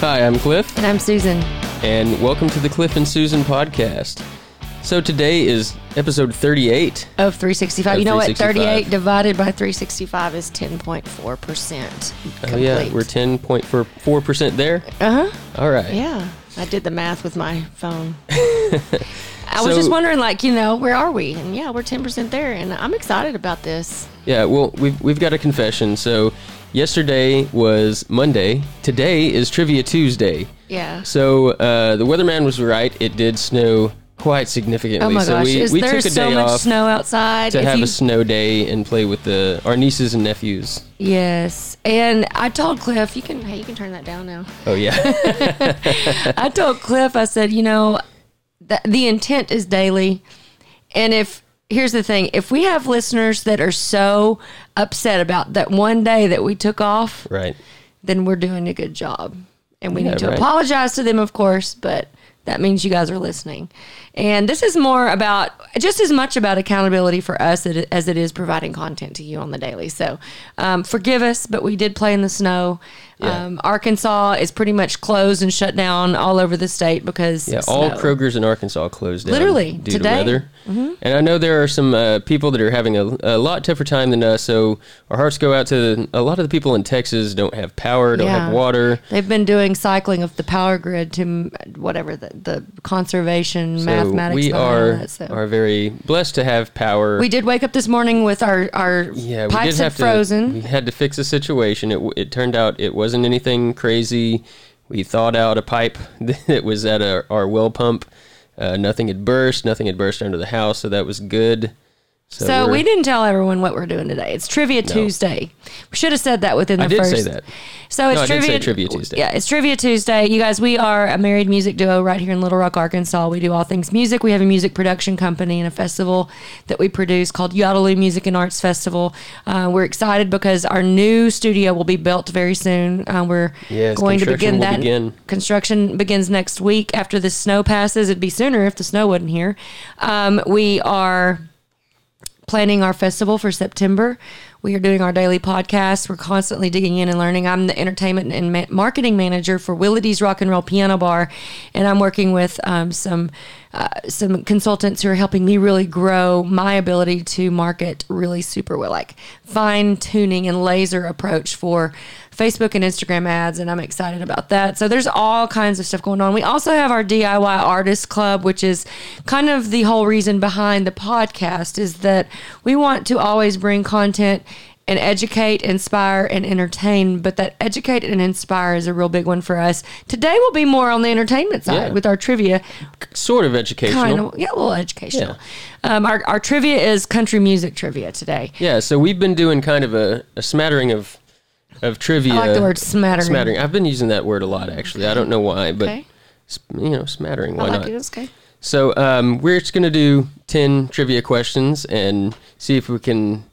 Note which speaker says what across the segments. Speaker 1: Hi, I'm Cliff,
Speaker 2: And I'm Susan.
Speaker 1: and welcome to the Cliff and Susan podcast. So today is episode 38.
Speaker 2: Of 365.
Speaker 1: Of
Speaker 2: you know what?
Speaker 1: 365.
Speaker 2: 38 divided by 365 is 10.4%. Complete.
Speaker 1: Oh yeah, we're 10.4 percent there.
Speaker 2: uh huh.
Speaker 1: All right.
Speaker 2: Yeah. I did the math with my phone. I was
Speaker 1: So-
Speaker 2: just wondering, like, you know, where are we? And yeah, we're 10% there. And I'm excited about this.
Speaker 1: Yeah, well, we've we've got a confession. So yesterday was Monday. Today is Trivia Tuesday.
Speaker 2: Yeah.
Speaker 1: So uh, the weatherman was right. It did snow quite significantly.
Speaker 2: Oh my
Speaker 1: so
Speaker 2: gosh.
Speaker 1: we,
Speaker 2: is
Speaker 1: we
Speaker 2: there
Speaker 1: took a
Speaker 2: so
Speaker 1: day
Speaker 2: much
Speaker 1: off
Speaker 2: snow outside?
Speaker 1: to
Speaker 2: If
Speaker 1: have
Speaker 2: you-
Speaker 1: a snow day and play with the our nieces and nephews.
Speaker 2: yes. And I told Cliff, you can, hey, you can turn that down now.
Speaker 1: Oh yeah.
Speaker 2: I told Cliff, I said, you know, the, the intent is daily. And if, here's the thing if we have listeners that are so upset about that one day that we took off,
Speaker 1: right.
Speaker 2: then we're doing a good job. And we
Speaker 1: Yeah,
Speaker 2: need to
Speaker 1: right.
Speaker 2: apologize to them, of course, but that means you guys are listening. And this is more about just as much about accountability for us it- as it is providing content to you on the daily. So um, forgive us, but we did play in the snow.
Speaker 1: Yeah.
Speaker 2: Um, Arkansas is pretty much closed and shut down all over the state because
Speaker 1: Yeah, all
Speaker 2: snow.
Speaker 1: Kroger's in Arkansas closed down
Speaker 2: Literally,
Speaker 1: due
Speaker 2: today. Mm-hmm.
Speaker 1: to weather. And I know there are some uh, people that are having a, a lot tougher time than us. So our hearts go out to a lot of the people in Texas don't have power, don't have
Speaker 2: Yeah.
Speaker 1: water.
Speaker 2: They've been doing cycling of the power grid to m- whatever the, the conservation
Speaker 1: So
Speaker 2: mathematics.
Speaker 1: we
Speaker 2: behind
Speaker 1: are
Speaker 2: that, so.
Speaker 1: are very blessed to have power.
Speaker 2: We did wake up this morning with our our
Speaker 1: yeah, we
Speaker 2: pipes
Speaker 1: did have
Speaker 2: had frozen.
Speaker 1: To, we had to fix the situation. It w- it turned out it wasn't anything crazy. We thawed out a pipe that was at our, our well pump. Uh, nothing had burst. Nothing had burst under the house, so that was good.
Speaker 2: so
Speaker 1: we're-
Speaker 2: we didn't tell everyone what we're doing today. It's Trivia Tuesday. We should have said that within the
Speaker 1: I did
Speaker 2: first.
Speaker 1: say that.
Speaker 2: So it's
Speaker 1: No, I did
Speaker 2: trivia,
Speaker 1: say Trivia Tuesday.
Speaker 2: Yeah, it's Trivia Tuesday. You guys, we are a married music duo right here in Little Rock, Arkansas. We do all things music. We have a music production company and a festival that we produce called Yodeloo Music and Arts Festival. Uh, we're excited because our new studio will be built very soon. Uh, we're
Speaker 1: Yes,
Speaker 2: going to
Speaker 1: construction
Speaker 2: begin
Speaker 1: will
Speaker 2: that.
Speaker 1: begin.
Speaker 2: Construction begins next week after the snow passes. It'd be sooner if the snow wasn't here. Um, we are planning our festival for September. We are doing our daily podcast. We're constantly digging in and learning. I'm the entertainment and ma- marketing manager for Willides Rock and Roll Piano Bar, and I'm working with um, some uh, some consultants who are helping me really grow my ability to market really super well, like fine tuning and laser approach for Facebook and Instagram ads, and I'm excited about that. So there's all kinds of stuff going on. We also have our DIY Artist Club, which is kind of the whole reason behind the podcast is that we want to always bring content and educate, inspire, and entertain. But that educate and inspire is a real big one for us. Today will be more on the entertainment side
Speaker 1: Yeah.
Speaker 2: with our trivia
Speaker 1: sort of educational.
Speaker 2: kind of yeah, a little educational. Um, our, our trivia is country music trivia today.
Speaker 1: Yeah, so we've been doing kind of a, a smattering of of trivia.
Speaker 2: I like the word smattering.
Speaker 1: Smattering. I've been using that word a lot actually. I don't know why, but
Speaker 2: Okay.
Speaker 1: s- you know, smattering. Why
Speaker 2: I like
Speaker 1: not?
Speaker 2: it. It's okay.
Speaker 1: So um, we're just gonna do ten trivia questions and see if we can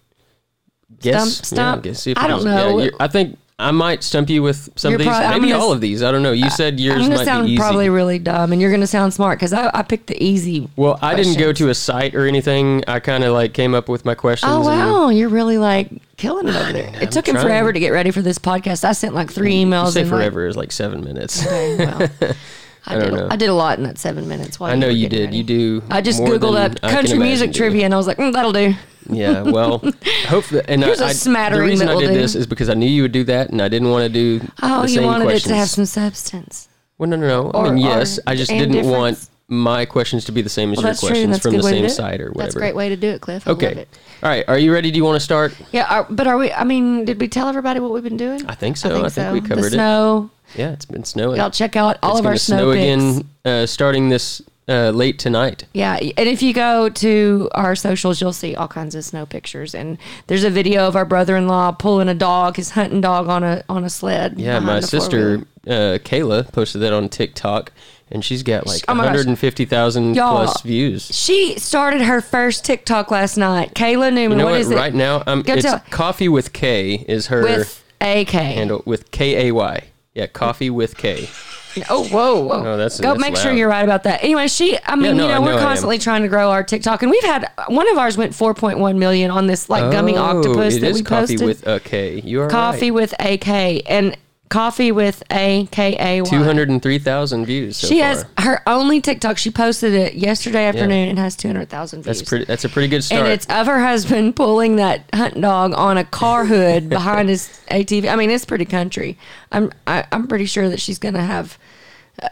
Speaker 1: guess.
Speaker 2: Stump- stump?
Speaker 1: Yeah, guess, see if
Speaker 2: I
Speaker 1: we
Speaker 2: don't
Speaker 1: can- yeah,
Speaker 2: know.
Speaker 1: you're- I think I might stump you with some of
Speaker 2: You're
Speaker 1: these.
Speaker 2: prob- I'm
Speaker 1: Maybe
Speaker 2: gonna
Speaker 1: all
Speaker 2: s-
Speaker 1: of these. I don't know. You said yours
Speaker 2: I'm going
Speaker 1: might
Speaker 2: to
Speaker 1: be
Speaker 2: sound
Speaker 1: easy.
Speaker 2: probably really dumb, and you're going to sound smart because I, I picked the easy.
Speaker 1: well, I didn't go
Speaker 2: questions.
Speaker 1: to a site or anything. I kind of like came up with my questions.
Speaker 2: Oh
Speaker 1: and-
Speaker 2: wow, you're really like killing it over there. It took him
Speaker 1: trying.
Speaker 2: forever to get ready for this podcast. I sent like three
Speaker 1: You
Speaker 2: emails.
Speaker 1: say
Speaker 2: and, like-
Speaker 1: forever is like seven minutes.
Speaker 2: Okay, well, I,
Speaker 1: don't
Speaker 2: did,
Speaker 1: know.
Speaker 2: I did a lot in that seven minutes. While
Speaker 1: I know
Speaker 2: were
Speaker 1: you
Speaker 2: getting
Speaker 1: did.
Speaker 2: ready.
Speaker 1: You do.
Speaker 2: I just
Speaker 1: more
Speaker 2: googled
Speaker 1: than
Speaker 2: up
Speaker 1: I can
Speaker 2: country music
Speaker 1: imagine
Speaker 2: trivia, and I was like, mm, that'll do.
Speaker 1: doing. Yeah, well, hopefully, and
Speaker 2: Here's
Speaker 1: I,
Speaker 2: a
Speaker 1: I-
Speaker 2: smattering
Speaker 1: The reason
Speaker 2: that
Speaker 1: I
Speaker 2: we'll
Speaker 1: did
Speaker 2: do.
Speaker 1: this is because I knew you would do that, and I didn't want to do.
Speaker 2: Oh,
Speaker 1: the
Speaker 2: you
Speaker 1: same
Speaker 2: wanted
Speaker 1: questions.
Speaker 2: it to have some substance.
Speaker 1: Well, no, no, no. I
Speaker 2: or-
Speaker 1: mean,
Speaker 2: or-
Speaker 1: yes, I just
Speaker 2: and
Speaker 1: didn't
Speaker 2: difference.
Speaker 1: want my questions to be the same as
Speaker 2: Well,
Speaker 1: your
Speaker 2: that's true.
Speaker 1: questions
Speaker 2: and That's a
Speaker 1: from
Speaker 2: good
Speaker 1: the
Speaker 2: way to
Speaker 1: same
Speaker 2: do it.
Speaker 1: site or whatever.
Speaker 2: That's a great way to do it, Cliff. I Love
Speaker 1: Okay.
Speaker 2: it.
Speaker 1: All right. Are you ready? Do you want to start?
Speaker 2: Yeah, are, but are we? I mean, did we tell everybody what we've been doing?
Speaker 1: I think so. I think we
Speaker 2: The
Speaker 1: covered it.
Speaker 2: snow.
Speaker 1: Yeah, it's been snowing.
Speaker 2: Y'all check out all
Speaker 1: it's
Speaker 2: of our
Speaker 1: gonna
Speaker 2: snow,
Speaker 1: snow
Speaker 2: pics.
Speaker 1: again, uh, starting this uh, late tonight.
Speaker 2: Yeah, and if you go to our socials, you'll see all kinds of snow pictures. And there's a video of our brother-in-law pulling a dog, his hunting dog, on a on a sled.
Speaker 1: Yeah,
Speaker 2: behind
Speaker 1: my
Speaker 2: the four-wheeler.
Speaker 1: sister uh, Kayla posted that on TikTok, and she's got like
Speaker 2: Oh my gosh.
Speaker 1: 150,000
Speaker 2: Y'all,
Speaker 1: plus views.
Speaker 2: She started her first TikTok last night. Kayla Newman.
Speaker 1: You know
Speaker 2: what
Speaker 1: what?
Speaker 2: is it?
Speaker 1: Right now, I'm.
Speaker 2: Go
Speaker 1: it's
Speaker 2: tell-
Speaker 1: coffee with K is her
Speaker 2: with AK.
Speaker 1: handle with K A Y. Yeah, coffee with K.
Speaker 2: Oh, whoa, whoa.
Speaker 1: No, that's-
Speaker 2: Go
Speaker 1: that's
Speaker 2: make sure
Speaker 1: loud.
Speaker 2: you're right about that. Anyway, she, I mean,
Speaker 1: no,
Speaker 2: you
Speaker 1: I know
Speaker 2: know,
Speaker 1: I am.
Speaker 2: we're constantly trying to grow our TikTok, and we've had one of ours went 4.1 million on this like gummy
Speaker 1: Oh,
Speaker 2: octopus
Speaker 1: it
Speaker 2: that
Speaker 1: is
Speaker 2: we
Speaker 1: coffee
Speaker 2: posted.
Speaker 1: with a K. You are
Speaker 2: coffee
Speaker 1: Right.
Speaker 2: with AK, and Coffee with A K A Y.
Speaker 1: Two hundred and three thousand views. So
Speaker 2: She
Speaker 1: far.
Speaker 2: has her only TikTok. She posted it yesterday afternoon and has 200,000 views.
Speaker 1: That's pretty. That's a pretty good start.
Speaker 2: And it's of her husband pulling that hunt dog on a car hood behind his ATV. I mean, it's pretty country. I'm I, I'm pretty sure that she's gonna have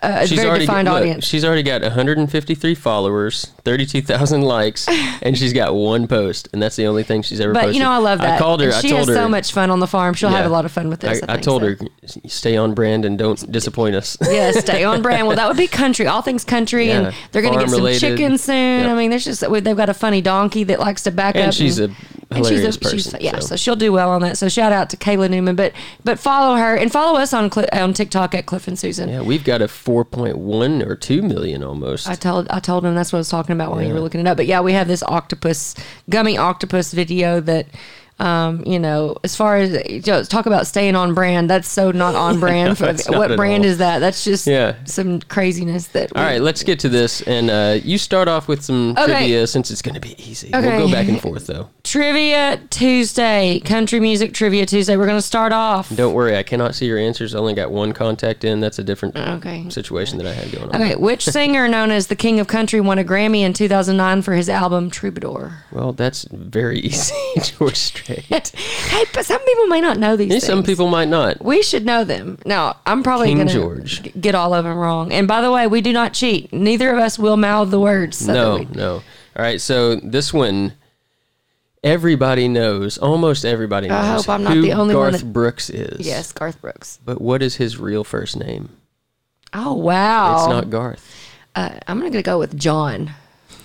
Speaker 2: a, a very defined
Speaker 1: look,
Speaker 2: audience.
Speaker 1: She's already got 153 followers, 32,000 likes, and she's got one post, and that's the only thing she's ever
Speaker 2: But
Speaker 1: posted.
Speaker 2: you know, I love that.
Speaker 1: I called her.
Speaker 2: And
Speaker 1: I
Speaker 2: she
Speaker 1: told
Speaker 2: has
Speaker 1: her
Speaker 2: so much fun on the farm. She'll have
Speaker 1: Yeah.
Speaker 2: a lot of fun with this.
Speaker 1: I, I
Speaker 2: think,
Speaker 1: told
Speaker 2: so.
Speaker 1: her, stay on brand and don't disappoint us.
Speaker 2: yeah, stay on brand. Well, that would be country. All things country,
Speaker 1: Yeah.
Speaker 2: and they're going to get some
Speaker 1: Farm-related.
Speaker 2: chicken soon.
Speaker 1: Yep.
Speaker 2: I mean, there's just they've got a funny donkey that likes to back
Speaker 1: And
Speaker 2: up.
Speaker 1: she's a hilarious person,
Speaker 2: yeah,
Speaker 1: so.
Speaker 2: so. she'll do well on that. So shout out to Kayla Newman, but but follow her and follow us on Cl- on TikTok at Cliff and Susan.
Speaker 1: yeah, we've got a 4.1 or 2 million almost.
Speaker 2: I told I told him that's what I was talking about while you were looking it up. But yeah, we have this octopus gummy octopus video that. Um, you know, as far as you know, talk about staying on brand, that's so not on brand. for,
Speaker 1: that's not
Speaker 2: what
Speaker 1: at
Speaker 2: brand
Speaker 1: all.
Speaker 2: is that? That's just
Speaker 1: Yeah.
Speaker 2: some craziness that.
Speaker 1: All right, let's get to this, and uh, you start off with some
Speaker 2: Okay.
Speaker 1: trivia since it's going to be easy. We'll
Speaker 2: Okay.
Speaker 1: go back and forth though.
Speaker 2: Trivia Tuesday, country music trivia Tuesday. We're gonna start off.
Speaker 1: Don't worry, I cannot see your answers. I only got one contact in. That's a different
Speaker 2: Okay.
Speaker 1: situation that I had going on.
Speaker 2: Oh. Okay, which singer known as the King of Country won a Grammy in 2009 for his album Troubadour?
Speaker 1: Well, that's very easy, George Strait.
Speaker 2: hey, but some people may not know these.
Speaker 1: Yeah, Some
Speaker 2: things.
Speaker 1: people might not.
Speaker 2: We should know them. Now, I'm probably
Speaker 1: King
Speaker 2: going
Speaker 1: George.
Speaker 2: to get all of them wrong. And by the way, we do not cheat. Neither of us will mouth the words. so
Speaker 1: No,
Speaker 2: that we-
Speaker 1: no. All right, so this one, everybody knows. Almost everybody knows.
Speaker 2: I hope I'm not
Speaker 1: who
Speaker 2: the only one
Speaker 1: Garth
Speaker 2: that-
Speaker 1: Brooks is.
Speaker 2: Yes, Garth Brooks.
Speaker 1: But what is his real first name?
Speaker 2: Oh, wow.
Speaker 1: It's not Garth.
Speaker 2: uh, I'm going to go with John.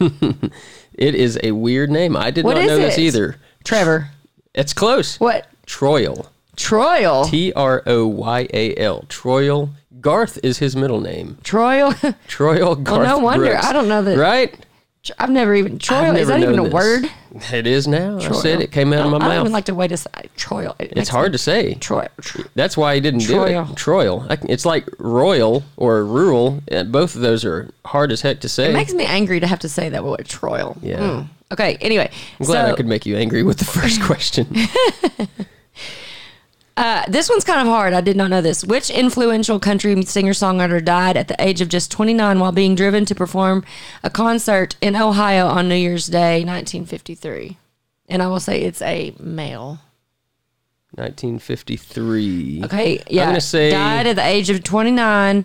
Speaker 1: It is a weird name. I did
Speaker 2: What
Speaker 1: not
Speaker 2: is
Speaker 1: know this
Speaker 2: it?
Speaker 1: either.
Speaker 2: Trevor.
Speaker 1: It's close.
Speaker 2: What?
Speaker 1: Troyal.
Speaker 2: Troyal.
Speaker 1: T R O Y A L. Troyal. Garth is his middle name.
Speaker 2: Troyal.
Speaker 1: Troyal Garth.
Speaker 2: no wonder.
Speaker 1: Brooks.
Speaker 2: I don't know that-
Speaker 1: Right?
Speaker 2: Tr- I've never even. Troyal.
Speaker 1: I've
Speaker 2: is
Speaker 1: never
Speaker 2: that even a
Speaker 1: known this.
Speaker 2: word?
Speaker 1: It is now. I said it came out of my
Speaker 2: I don't- I don't
Speaker 1: mouth.
Speaker 2: even like to wait a second. Troyal. It
Speaker 1: it's
Speaker 2: makes
Speaker 1: hard to
Speaker 2: me-
Speaker 1: say.
Speaker 2: Troy. Tr-
Speaker 1: That's why he didn't do
Speaker 2: Troyal.
Speaker 1: it. Troyal. I can, it's like royal or rural. uh, Both of those are hard as heck to say.
Speaker 2: it makes me angry to have to say that word, Troyal.
Speaker 1: Yeah.
Speaker 2: Okay, anyway.
Speaker 1: I'm glad
Speaker 2: so,
Speaker 1: I could make you angry with the first question.
Speaker 2: Uh, this one's kind of hard. I did not know this. Which influential country singer songwriter died at the age of just 29 while being driven to perform a concert in Ohio on New Year's Day, 1953? And I will say it's a male.
Speaker 1: 1953.
Speaker 2: Okay, yeah.
Speaker 1: gonna say-
Speaker 2: died at the age of 29.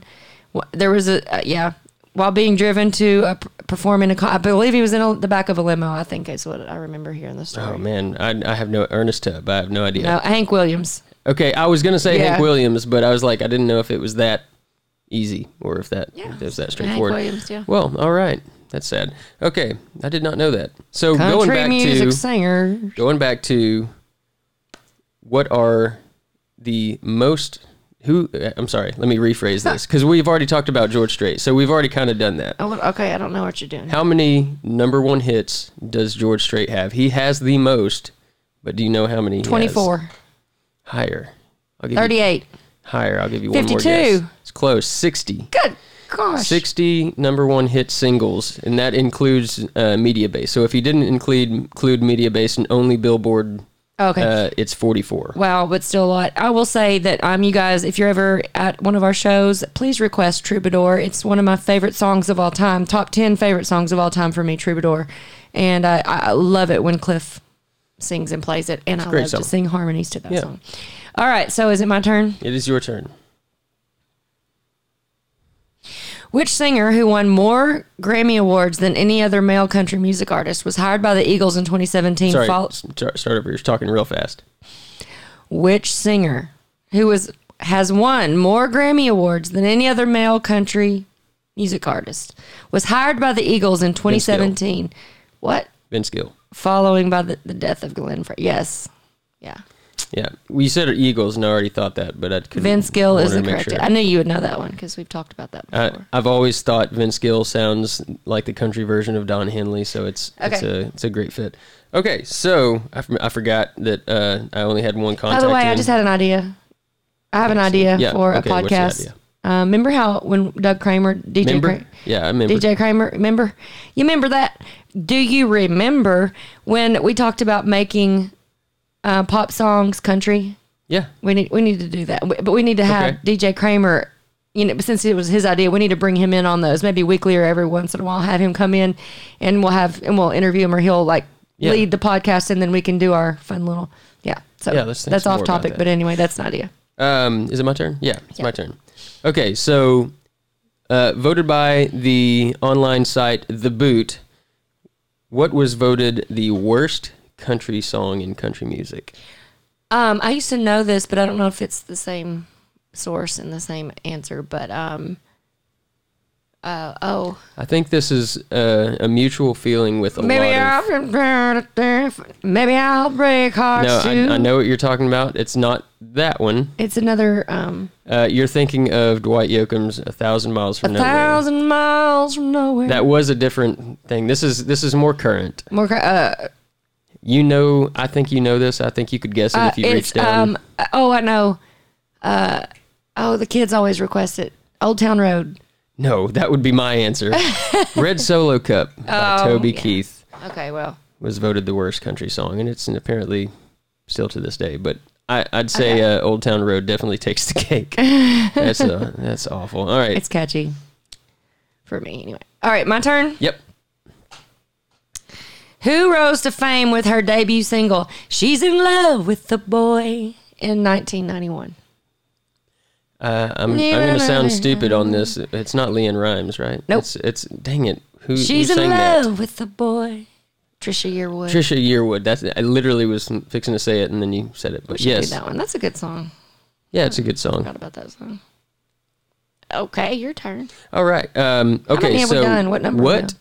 Speaker 2: Wh- There was a uh, yeah, while being driven to uh, p- perform in a con- I believe he was in a, the back of a limo. I think is what I remember here in the story.
Speaker 1: Oh man, I, I have no Ernest Tubb. I have no idea.
Speaker 2: No, Hank Williams.
Speaker 1: Okay, I was gonna say
Speaker 2: Yeah.
Speaker 1: Hank Williams, but I was like, I didn't know if it was that easy or if that if it was that
Speaker 2: Hank
Speaker 1: straightforward.
Speaker 2: Williams, yeah.
Speaker 1: Well, all right, that's sad. Okay, I did not know that. So going
Speaker 2: Country
Speaker 1: back
Speaker 2: music
Speaker 1: to
Speaker 2: singer.
Speaker 1: going back to what are the most who uh, I'm sorry, let me rephrase this because we've already talked about George Strait, so we've already kind of done that.
Speaker 2: Oh, okay, I don't know what you're doing.
Speaker 1: How many number one hits does George Strait have? He has the most, but do you know how many? he has?
Speaker 2: 24,
Speaker 1: Higher. I'll give you
Speaker 2: 38.
Speaker 1: higher. I'll give you one more
Speaker 2: 52.
Speaker 1: guess. It's close. 60.
Speaker 2: Good gosh.
Speaker 1: 60 number one hit singles, and that includes uh, media base. So if you didn't include include media base and only Billboard,
Speaker 2: Okay.
Speaker 1: uh, it's 44.
Speaker 2: Wow, but still a lot. I will say that um, you guys, if you're ever at one of our shows, please request Troubadour. It's one of my favorite songs of all time, top ten favorite songs of all time for me, Troubadour, and I, I I love it when Cliff sings and plays it, and I
Speaker 1: great
Speaker 2: love
Speaker 1: song.
Speaker 2: to sing harmonies to that
Speaker 1: Yeah.
Speaker 2: song. All right, so is it my turn?
Speaker 1: It is your turn.
Speaker 2: Which singer who won more Grammy awards than any other male country music artist was hired by the Eagles in 2017?
Speaker 1: Sorry,
Speaker 2: fol-
Speaker 1: s- start, start over. You're talking real fast.
Speaker 2: Which singer who was has won more Grammy awards than any other male country music artist was hired by the Eagles in 2017? What?
Speaker 1: Vince Gill.
Speaker 2: Following by the, the death of Glenn Frey. Yes. Yeah.
Speaker 1: Yeah, we said Eagles, and I already thought that, but I couldn't.
Speaker 2: Vince Gill
Speaker 1: wanted
Speaker 2: is
Speaker 1: to
Speaker 2: the
Speaker 1: make
Speaker 2: correct.
Speaker 1: sure. Uh,
Speaker 2: I knew you would know that one because we've talked about that
Speaker 1: I,
Speaker 2: before.
Speaker 1: I've always thought Vince Gill sounds like the country version of Don Henley, so it's it's
Speaker 2: Okay.
Speaker 1: a it's a great fit. Okay, so I, f- I forgot that uh, I only had one
Speaker 2: by
Speaker 1: contact.
Speaker 2: the way, I
Speaker 1: in.
Speaker 2: just had an idea. I have an idea
Speaker 1: Yeah,
Speaker 2: for
Speaker 1: okay,
Speaker 2: a
Speaker 1: what's the
Speaker 2: podcast.
Speaker 1: idea?
Speaker 2: Uh, remember how when Doug Kramer, DJ
Speaker 1: remember.
Speaker 2: Kramer,
Speaker 1: Yeah, I remember.
Speaker 2: DJ Kramer, remember? You remember that? Do you remember when we talked about making uh, pop songs country?
Speaker 1: Yeah.
Speaker 2: We need we need to do that, W- but we need to have
Speaker 1: Okay.
Speaker 2: DJ Kramer. You know, since it was his idea, we need to bring him in on those maybe weekly or every once in a while. Have him come in, and we'll have and we'll interview him, or he'll like
Speaker 1: Yeah.
Speaker 2: lead the podcast, and then we can do our fun little yeah. So
Speaker 1: Yeah, let's think
Speaker 2: that's
Speaker 1: some
Speaker 2: off
Speaker 1: more about
Speaker 2: topic,
Speaker 1: that.
Speaker 2: but anyway, that's an idea.
Speaker 1: Um, is it my turn? Yeah, it's
Speaker 2: Yeah.
Speaker 1: my turn. Okay, so uh, voted by the online site The Boot, what was voted the worst country song in country music?
Speaker 2: Um, I used to know this, but I don't know if it's the same source and the same answer. But um, uh, oh,
Speaker 1: I think this is uh, a mutual feeling with a
Speaker 2: maybe
Speaker 1: lot of.
Speaker 2: I'll maybe I'll break hearts
Speaker 1: No,
Speaker 2: too.
Speaker 1: I, I know what you're talking about. It's not that one.
Speaker 2: It's another um,
Speaker 1: Uh, you're thinking of Dwight Yoakam's "A Thousand Miles from Nowhere."
Speaker 2: thousand miles from nowhere.
Speaker 1: That was a different thing. This is this is more current.
Speaker 2: More, cra- uh,
Speaker 1: You know, I think you know this. I think you could guess it
Speaker 2: uh,
Speaker 1: if you
Speaker 2: it's
Speaker 1: reached down.
Speaker 2: um. uh, Oh, I know. Uh, oh, the kids always request it. Old Town Road.
Speaker 1: No, that would be my answer. Red Solo Cup by
Speaker 2: Oh,
Speaker 1: Toby
Speaker 2: yeah.
Speaker 1: Keith
Speaker 2: Okay, well,
Speaker 1: was voted the worst country song, and it's apparently still to this day. But I, I'd say uh, Old Town Road definitely takes the cake. that's uh that's awful. All right.
Speaker 2: it's catchy for me anyway. All right, my turn.
Speaker 1: yep.
Speaker 2: Who rose to fame with her debut single "She's in Love with the Boy" in 1991?
Speaker 1: Uh, I'm I'm
Speaker 2: Yeah,
Speaker 1: gonna sound
Speaker 2: yeah,
Speaker 1: stupid on this. It's not Leanne Rhymes, right?
Speaker 2: Mm-hmm. Nope.
Speaker 1: It's, it's dang it. Who,
Speaker 2: She's
Speaker 1: who
Speaker 2: in
Speaker 1: sang
Speaker 2: love
Speaker 1: that?
Speaker 2: with the boy. Trisha Yearwood.
Speaker 1: Trisha Yearwood. That's I literally was fixing to say it, and then you said it. But
Speaker 2: Should do
Speaker 1: yes,
Speaker 2: that one. That's a good song.
Speaker 1: yeah, it's a good song.
Speaker 2: Forgot about that song. Okay, your turn.
Speaker 1: All right. Um, okay.
Speaker 2: many have we
Speaker 1: so
Speaker 2: done? What number are we
Speaker 1: What?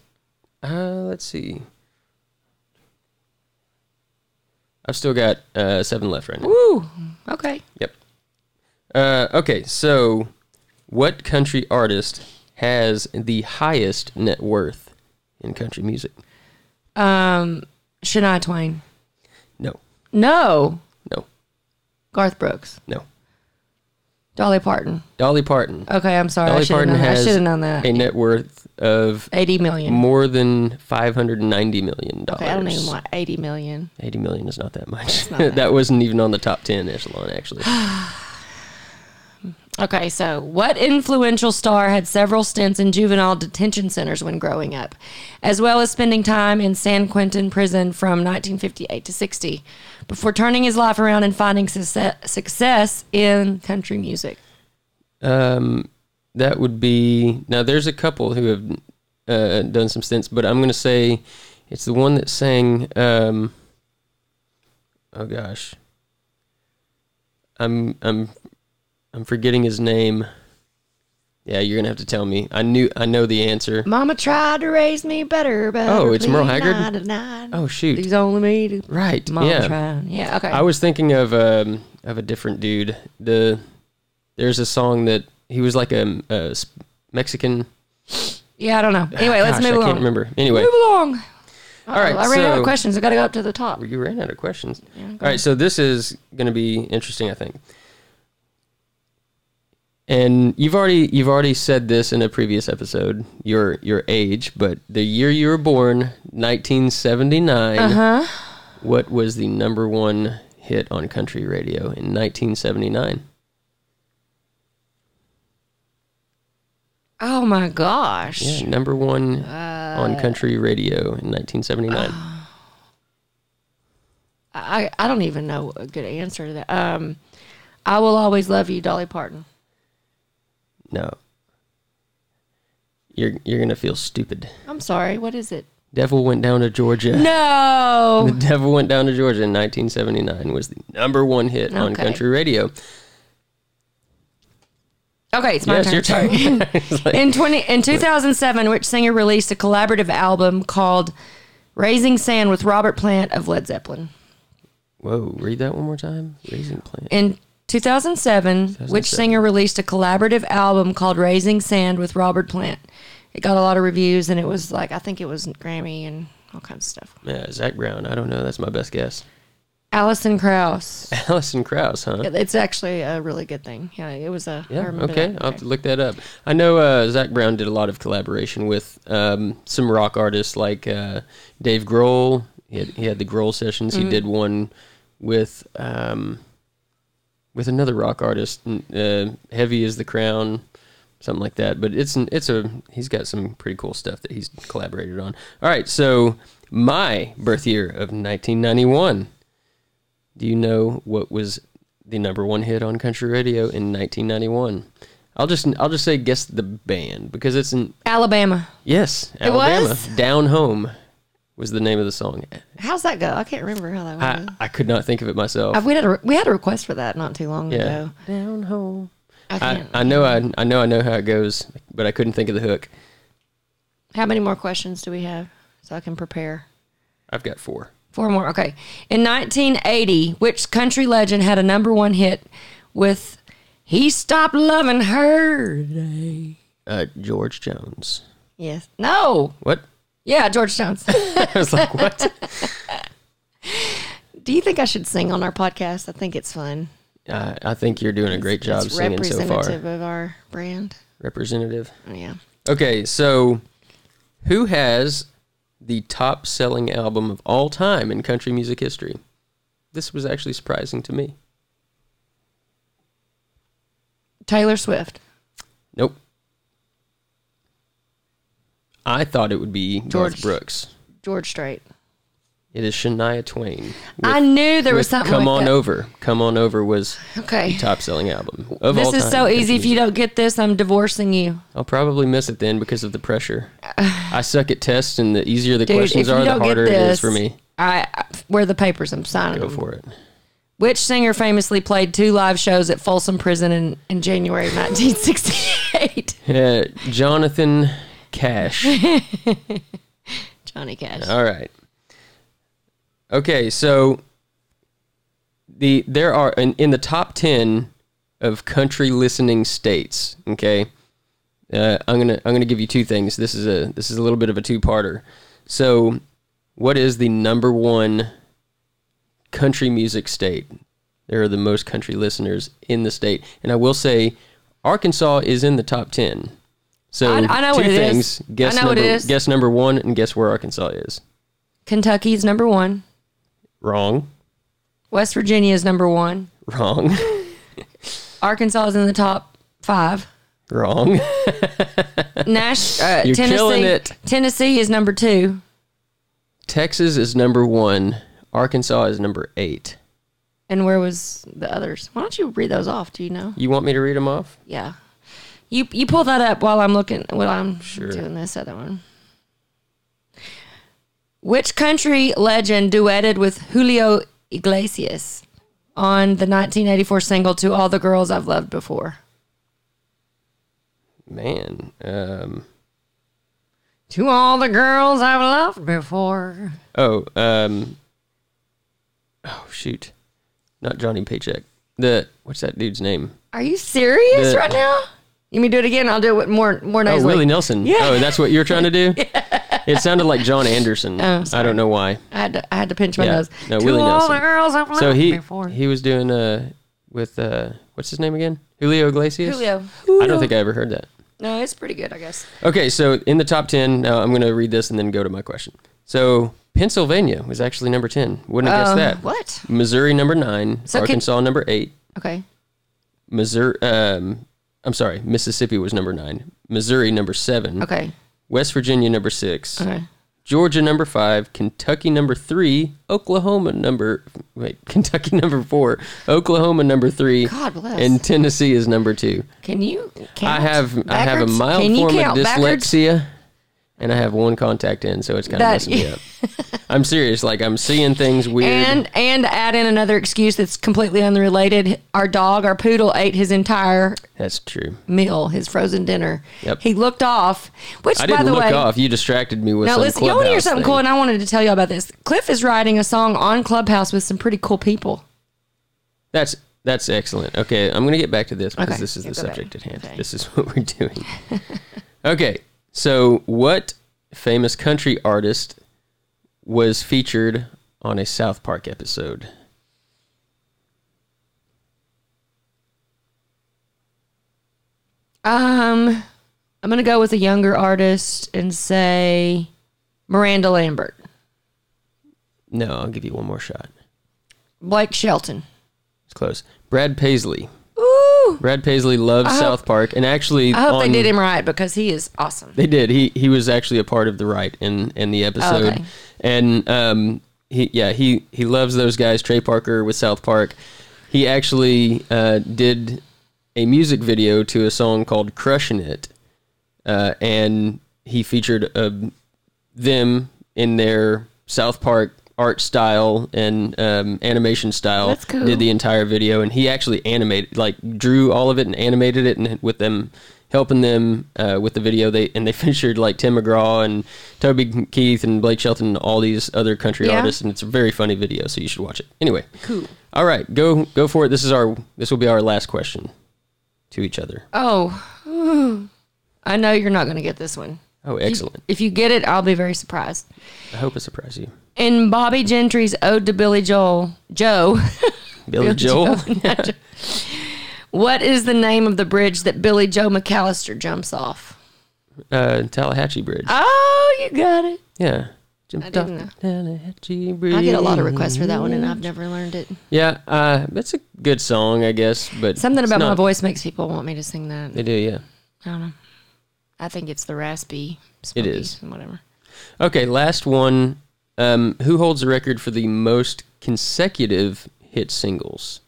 Speaker 1: Uh, let's see. I've still got uh, seven left right now.
Speaker 2: Woo. Okay.
Speaker 1: Yep. Uh, okay. So, what country artist has the highest net worth in country music?
Speaker 2: Um, Shania Twain.
Speaker 1: No.
Speaker 2: No,
Speaker 1: No.
Speaker 2: Garth Brooks.
Speaker 1: No.
Speaker 2: Dolly Parton.
Speaker 1: Dolly Parton.
Speaker 2: Okay, I'm sorry. Oh, I
Speaker 1: Dolly Parton
Speaker 2: should have known, that. I
Speaker 1: has
Speaker 2: should have known that.
Speaker 1: a net worth of
Speaker 2: 80 million.
Speaker 1: more than five hundred and ninety million dollars.
Speaker 2: Okay, I don't even want 80 million.
Speaker 1: 80 million is not that much.
Speaker 2: not
Speaker 1: that wasn't even on the top 10 echelon, actually.
Speaker 2: Okay, so what influential star had several stints in juvenile detention centers when growing up, as well as spending time in San Quentin prison from 1958 to 60, before turning his life around and finding success, success in country music?
Speaker 1: um, that would be. Now, there's a couple who have uh, done some stints, but I'm going to say it's the one that sang. Um, oh, gosh. I'm, I'm, I'm forgetting his name. Yeah, you're gonna have to tell me. I knew, I know the answer.
Speaker 2: Mama tried to raise me better, but
Speaker 1: Oh, it's Merle Haggard?
Speaker 2: Oh,
Speaker 1: Oh shoot!
Speaker 2: He's only me to
Speaker 1: Right?
Speaker 2: Mama
Speaker 1: yeah.
Speaker 2: tried. Yeah, okay.
Speaker 1: I was thinking of um, of a different dude. The there's a song that he was like a, a s- Mexican.
Speaker 2: yeah, I don't know. Anyway, let's
Speaker 1: Gosh,
Speaker 2: move
Speaker 1: I
Speaker 2: along.
Speaker 1: can't remember. Anyway,
Speaker 2: Move along.
Speaker 1: All right,
Speaker 2: I ran out of
Speaker 1: so-
Speaker 2: questions. I got to go up to the top.
Speaker 1: you ran out of questions.
Speaker 2: Yeah, go
Speaker 1: All right, so this is going to be interesting, I think. And you've already you've already said this in a previous episode. Your your age, but the year you were born, 1979.
Speaker 2: Uh huh.
Speaker 1: What was the number one hit on country radio in 1979?
Speaker 2: Oh my gosh.
Speaker 1: Yeah, number one
Speaker 2: Uh,
Speaker 1: on country radio in 1979.
Speaker 2: I, I don't even know a good answer to that. Um, I will always love you, Dolly Parton.
Speaker 1: no, you're you're gonna feel stupid.
Speaker 2: I'm sorry. What is it?
Speaker 1: Devil went down to Georgia. The
Speaker 2: No.
Speaker 1: Devil Went Down to Georgia in 1979 was the number one hit on
Speaker 2: Okay.
Speaker 1: country radio.
Speaker 2: Okay, it's my
Speaker 1: yes,
Speaker 2: turn.
Speaker 1: your turn.
Speaker 2: Sorry.
Speaker 1: It's like-
Speaker 2: in twenty in two thousand seven, Rich Singer released a collaborative album called "Raising Sand" with Robert Plant of Led Zeppelin.
Speaker 1: whoa, read that one more time. Raising plant.
Speaker 2: In 2007, Witch
Speaker 1: 2007.
Speaker 2: Singer released a collaborative album called Raising Sand with Robert Plant. It got a lot of reviews, and it was like, I think it was Grammy and all kinds of stuff.
Speaker 1: Yeah, Zach Brown. I don't know. That's my best guess.
Speaker 2: Alison Krauss.
Speaker 1: Allison Krauss, huh?
Speaker 2: It's actually a really good thing. Yeah, it was a. I
Speaker 1: Yeah.
Speaker 2: remember
Speaker 1: Okay.
Speaker 2: that.
Speaker 1: I'll have to look that up. I know uh, Zach Brown did a lot of collaboration with um, some rock artists like uh, Dave
Speaker 2: Mm-hmm.
Speaker 1: Grohl. He had, he had the Grohl sessions. He did one with um, with another rock artist. n- Uh, Heavy is the Crown, something like that. But it's an- it's a he's got some pretty cool stuff that he's collaborated on. All right, so my birth year of 1991. Do you know what was the number one hit on country radio in 1991? I'll just I'll just say guess the band because it's an
Speaker 2: Alabama.
Speaker 1: yes
Speaker 2: It
Speaker 1: Alabama
Speaker 2: was?
Speaker 1: Down Home was the name of the song.
Speaker 2: How's that go? I can't remember how that
Speaker 1: I,
Speaker 2: went.
Speaker 1: I could not think of it myself.
Speaker 2: Uh, we had a we had a request for that not too long
Speaker 1: yeah,
Speaker 2: ago.
Speaker 1: down home.
Speaker 2: I
Speaker 1: I,
Speaker 2: can't.
Speaker 1: I know I, I know I know how it goes, but I couldn't think of the hook.
Speaker 2: how many more questions do we have so I can prepare?
Speaker 1: I've got four.
Speaker 2: Four more. Okay. In 1980, which country legend had a number one hit with "He Stopped Loving Her"? Today?
Speaker 1: Uh, George Jones.
Speaker 2: Yes. No.
Speaker 1: What?
Speaker 2: Yeah, George Jones.
Speaker 1: I was like, what?
Speaker 2: Do you think I should sing on our podcast? I think it's fun.
Speaker 1: I, I think you're doing a great job
Speaker 2: it's
Speaker 1: singing so far,
Speaker 2: representative of our brand. Oh,
Speaker 1: representative.
Speaker 2: Yeah.
Speaker 1: Okay, so who has the top selling album of all time in country music history? This was actually surprising to me.
Speaker 2: Taylor Swift,
Speaker 1: Nope. I thought it would be George
Speaker 2: George.
Speaker 1: Brooks.
Speaker 2: George Strait.
Speaker 1: It is Shania Twain.
Speaker 2: I knew there was
Speaker 1: with
Speaker 2: something.
Speaker 1: Come
Speaker 2: like
Speaker 1: on
Speaker 2: that.
Speaker 1: over. Come on over was
Speaker 2: Okay.
Speaker 1: top selling album of all
Speaker 2: This
Speaker 1: time.
Speaker 2: is so easy. If
Speaker 1: Confused.
Speaker 2: you don't get this, I'm divorcing you.
Speaker 1: I'll probably miss it then because of the pressure. I suck at tests, and the easier the
Speaker 2: Dude,
Speaker 1: questions
Speaker 2: if you
Speaker 1: are, the
Speaker 2: don't get
Speaker 1: harder it
Speaker 2: this,
Speaker 1: is for me.
Speaker 2: I I- where are the papers I'm signing.
Speaker 1: Go
Speaker 2: them.
Speaker 1: for it.
Speaker 2: Which singer famously played two live shows at Folsom Prison in, in January 1968?
Speaker 1: Uh, Jonathan Cash.
Speaker 2: Johnny Cash.
Speaker 1: All right. Okay, so the there are in, in the top ten of country listening states. Okay, uh, I'm gonna I'm gonna give you two things. This is a this is a little bit of a two parter. So, what is the number one country music state? There are the most country listeners in the state, and I will say, Arkansas is in the top ten. So
Speaker 2: I- I know
Speaker 1: two
Speaker 2: what it is.
Speaker 1: things. Guess
Speaker 2: I know what
Speaker 1: number
Speaker 2: it is.
Speaker 1: guess number one, and guess where Arkansas is.
Speaker 2: Kentucky's number one.
Speaker 1: Wrong.
Speaker 2: West Virginia's number one.
Speaker 1: Wrong.
Speaker 2: Arkansas is in the top five.
Speaker 1: Wrong.
Speaker 2: Nash, uh,
Speaker 1: You're
Speaker 2: Tennessee,
Speaker 1: killing it.
Speaker 2: Tennessee is number two.
Speaker 1: Texas is number one. Arkansas is number eight.
Speaker 2: And where was the others? Why don't you read those off? Do you know?
Speaker 1: You want me to read them off?
Speaker 2: Yeah. You you pull that up while I'm looking while I'm doing this other one. Which country legend duetted with Julio Iglesias on the 1984 single "To All the Girls I've Loved Before"?
Speaker 1: Man. Um,
Speaker 2: To all the girls I've loved before.
Speaker 1: oh, um, oh, shoot. Not Johnny Paycheck. The, what's that dude's name?
Speaker 2: Are you serious
Speaker 1: The-
Speaker 2: right now? You mean do it again? I'll do it with more more
Speaker 1: Oh,
Speaker 2: nasally.
Speaker 1: Willie Nelson. Oh, that's what you're trying to do? It sounded like John Anderson.
Speaker 2: Oh,
Speaker 1: I don't know why.
Speaker 2: I had to I had to pinch my
Speaker 1: Yeah.
Speaker 2: nose.
Speaker 1: No,
Speaker 2: to
Speaker 1: Willie
Speaker 2: all
Speaker 1: Nelson.
Speaker 2: the girls I've loved
Speaker 1: So he
Speaker 2: before.
Speaker 1: he was doing uh with uh what's his name again? Julio Iglesias.
Speaker 2: Julio.
Speaker 1: I don't think I ever heard that.
Speaker 2: No, it's pretty good, I guess.
Speaker 1: Okay, so in the top 10, now I'm going to read this and then go to my question. So Pennsylvania was actually number 10. Wouldn't have guessed
Speaker 2: Um,
Speaker 1: that.
Speaker 2: what?
Speaker 1: Missouri number 9,
Speaker 2: So can-
Speaker 1: Arkansas number 8,
Speaker 2: Okay.
Speaker 1: Missouri um I'm sorry, Mississippi was number 9, Missouri number 7,
Speaker 2: Okay.
Speaker 1: West Virginia number 6,
Speaker 2: Okay.
Speaker 1: Georgia number 5, Kentucky number 3, Oklahoma number wait, Kentucky number 4, Oklahoma number 3,
Speaker 2: God bless.
Speaker 1: and Tennessee is number 2.
Speaker 2: Can you?
Speaker 1: I
Speaker 2: Count
Speaker 1: have I have a
Speaker 2: backwards?
Speaker 1: mild
Speaker 2: Can you
Speaker 1: form of
Speaker 2: count backwards?
Speaker 1: dyslexia, and I have one contact in, so it's kind of
Speaker 2: That-
Speaker 1: messing me up. I'm serious. Like I'm seeing things weird.
Speaker 2: And and add in another excuse that's completely unrelated. Our dog, our poodle, ate his entire
Speaker 1: That's true.
Speaker 2: meal, his frozen dinner.
Speaker 1: Yep.
Speaker 2: He looked off. Which,
Speaker 1: I
Speaker 2: by
Speaker 1: didn't
Speaker 2: the
Speaker 1: look
Speaker 2: way,
Speaker 1: off. You distracted me with
Speaker 2: now
Speaker 1: some
Speaker 2: listen, y'all want to hear
Speaker 1: Clubhouse
Speaker 2: something
Speaker 1: thing.
Speaker 2: cool? And I wanted to tell you about this. Cliff is writing a song on Clubhouse with some pretty cool people.
Speaker 1: That's that's excellent. Okay, I'm gonna get back to this because
Speaker 2: Okay,
Speaker 1: this is
Speaker 2: yeah,
Speaker 1: the
Speaker 2: go back.
Speaker 1: subject at hand.
Speaker 2: Okay.
Speaker 1: This is what we're doing. okay, so what famous country artist was featured on a South Park episode?
Speaker 2: Um, I'm gonna go with a younger artist and say Miranda Lambert,
Speaker 1: No, I'll give you one more shot.
Speaker 2: Blake Shelton.
Speaker 1: It's close. Brad Paisley.
Speaker 2: Ooh.
Speaker 1: Brad Paisley loves
Speaker 2: hope-
Speaker 1: South Park, and actually,
Speaker 2: I hope
Speaker 1: on-
Speaker 2: they did him right because he is awesome.
Speaker 1: They did. He he was actually a part of the right in in the episode,
Speaker 2: okay.
Speaker 1: and um he yeah he he loves those guys. Trey Parker with South Park. He actually uh, did a music video to a song called "Crushing It," uh, and he featured uh, them in their South Park art style and um, animation style.
Speaker 2: That's cool.
Speaker 1: Did the entire video, and he actually animated, like, drew all of it and animated it, and with them helping them uh, with the video, they and they featured like Tim McGraw and Toby Keith and Blake Shelton and all these other country
Speaker 2: Yeah.
Speaker 1: artists, and it's a very funny video, so you should watch it. Anyway,
Speaker 2: Cool.
Speaker 1: All right, go go for it. This is our this will be our last question to each other.
Speaker 2: Oh, I know you're not going to get this one.
Speaker 1: Oh,
Speaker 2: You-
Speaker 1: excellent!
Speaker 2: if you get it, I'll be very surprised.
Speaker 1: I hope I surprise you,
Speaker 2: In Bobby Gentry's Ode to Billy Joel, Joe,
Speaker 1: Billy,
Speaker 2: Billy
Speaker 1: Joel.
Speaker 2: not Joe. what is the name of the bridge that Billy Joe McAllister jumps off?
Speaker 1: Uh, Tallahatchie Bridge.
Speaker 2: Oh, you got it.
Speaker 1: Yeah. Jump
Speaker 2: didn't know.
Speaker 1: Tallahatchie
Speaker 2: I get a lot of
Speaker 1: Bridge.
Speaker 2: requests for that one, and I've never learned it.
Speaker 1: Yeah, uh, that's a good song, I guess. But
Speaker 2: Something
Speaker 1: it's
Speaker 2: about my
Speaker 1: not-
Speaker 2: voice makes people want me to sing that.
Speaker 1: They do, yeah.
Speaker 2: I don't know. I think it's the raspy.
Speaker 1: It
Speaker 2: smoky,
Speaker 1: is.
Speaker 2: Whatever.
Speaker 1: Okay, last one. Um, who holds the record for the most consecutive hit singles?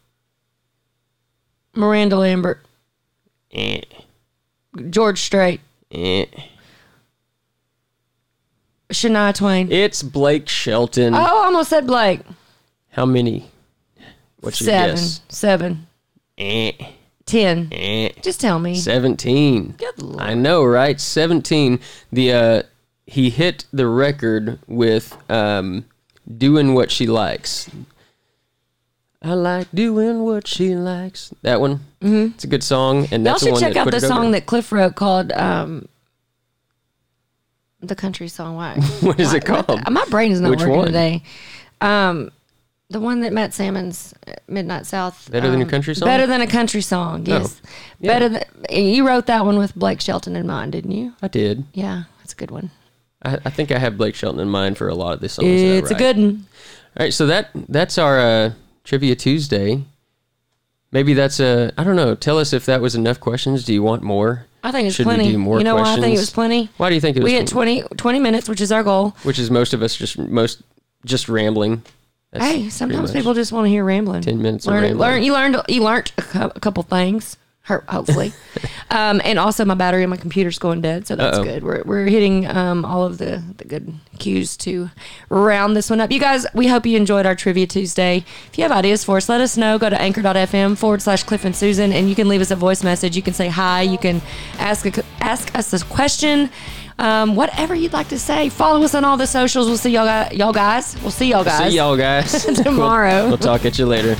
Speaker 2: Miranda Lambert,
Speaker 1: Eh,
Speaker 2: George Strait,
Speaker 1: eh.
Speaker 2: Shania Twain.
Speaker 1: It's Blake Shelton.
Speaker 2: oh, I almost said Blake.
Speaker 1: How many? What's your
Speaker 2: seven,
Speaker 1: guess?
Speaker 2: seven,
Speaker 1: Eh,
Speaker 2: ten.
Speaker 1: eh.
Speaker 2: Just tell me.
Speaker 1: Seventeen.
Speaker 2: Good lord.
Speaker 1: I know, right? Seventeen. The uh, he hit the record with um, doing what she likes. I like doing what she likes. That one. Mm-hmm. It's a good song, and
Speaker 2: Y'all
Speaker 1: that's the
Speaker 2: should
Speaker 1: one
Speaker 2: check
Speaker 1: that
Speaker 2: out
Speaker 1: put
Speaker 2: the
Speaker 1: it over.
Speaker 2: song that Cliff wrote called um, "The Country Song." Why?
Speaker 1: What is it called?
Speaker 2: My brain is not
Speaker 1: Which
Speaker 2: working
Speaker 1: one?
Speaker 2: today. Um, the one that Matt Salmon's uh, "Midnight South."
Speaker 1: Better Than a
Speaker 2: um,
Speaker 1: Country Song? Oh.
Speaker 2: Better than a country song. Yes.
Speaker 1: Yeah.
Speaker 2: Better than and you wrote that one with Blake Shelton in mind, didn't you?
Speaker 1: I did.
Speaker 2: Yeah, that's a good one.
Speaker 1: I, I think I have Blake Shelton in mind for a lot of the songs. Oh, that I
Speaker 2: It's a
Speaker 1: write.
Speaker 2: good one.
Speaker 1: All right, so that that's our uh, trivia Tuesday. Maybe that's a I don't know. Tell us if that was enough questions. Do you want more?
Speaker 2: I think it's
Speaker 1: Should
Speaker 2: plenty.
Speaker 1: we do more
Speaker 2: you know
Speaker 1: questions?
Speaker 2: why I think it was plenty?
Speaker 1: Why do you think it was?
Speaker 2: We hit
Speaker 1: plenty?
Speaker 2: 20, 20 minutes, which is our goal.
Speaker 1: Which is most of us just most just rambling. That's
Speaker 2: Hey,
Speaker 1: pretty
Speaker 2: sometimes
Speaker 1: much-
Speaker 2: people just want to hear rambling.
Speaker 1: 10 minutes of
Speaker 2: Learn,
Speaker 1: rambling.
Speaker 2: learn. You learned. You learned a, cou- a couple things. her- Hopefully, um, and also my battery on my computer's going dead, so that's
Speaker 1: Uh-oh.
Speaker 2: good. We're we're hitting um, all of the the good cues to round this one up. You guys, we hope you enjoyed our trivia Tuesday. If you have ideas for us, let us know. Go to anchor.fm forward slash Cliff and Susan, and you can leave us a voice message. You can say hi. You can ask a, ask us a question. Um, whatever you'd like to say, follow us on all the socials. We'll see y'all, gu- y'all guys. We'll see y'all guys
Speaker 1: See y'all guys
Speaker 2: Tomorrow.
Speaker 1: we'll, we'll talk at you later.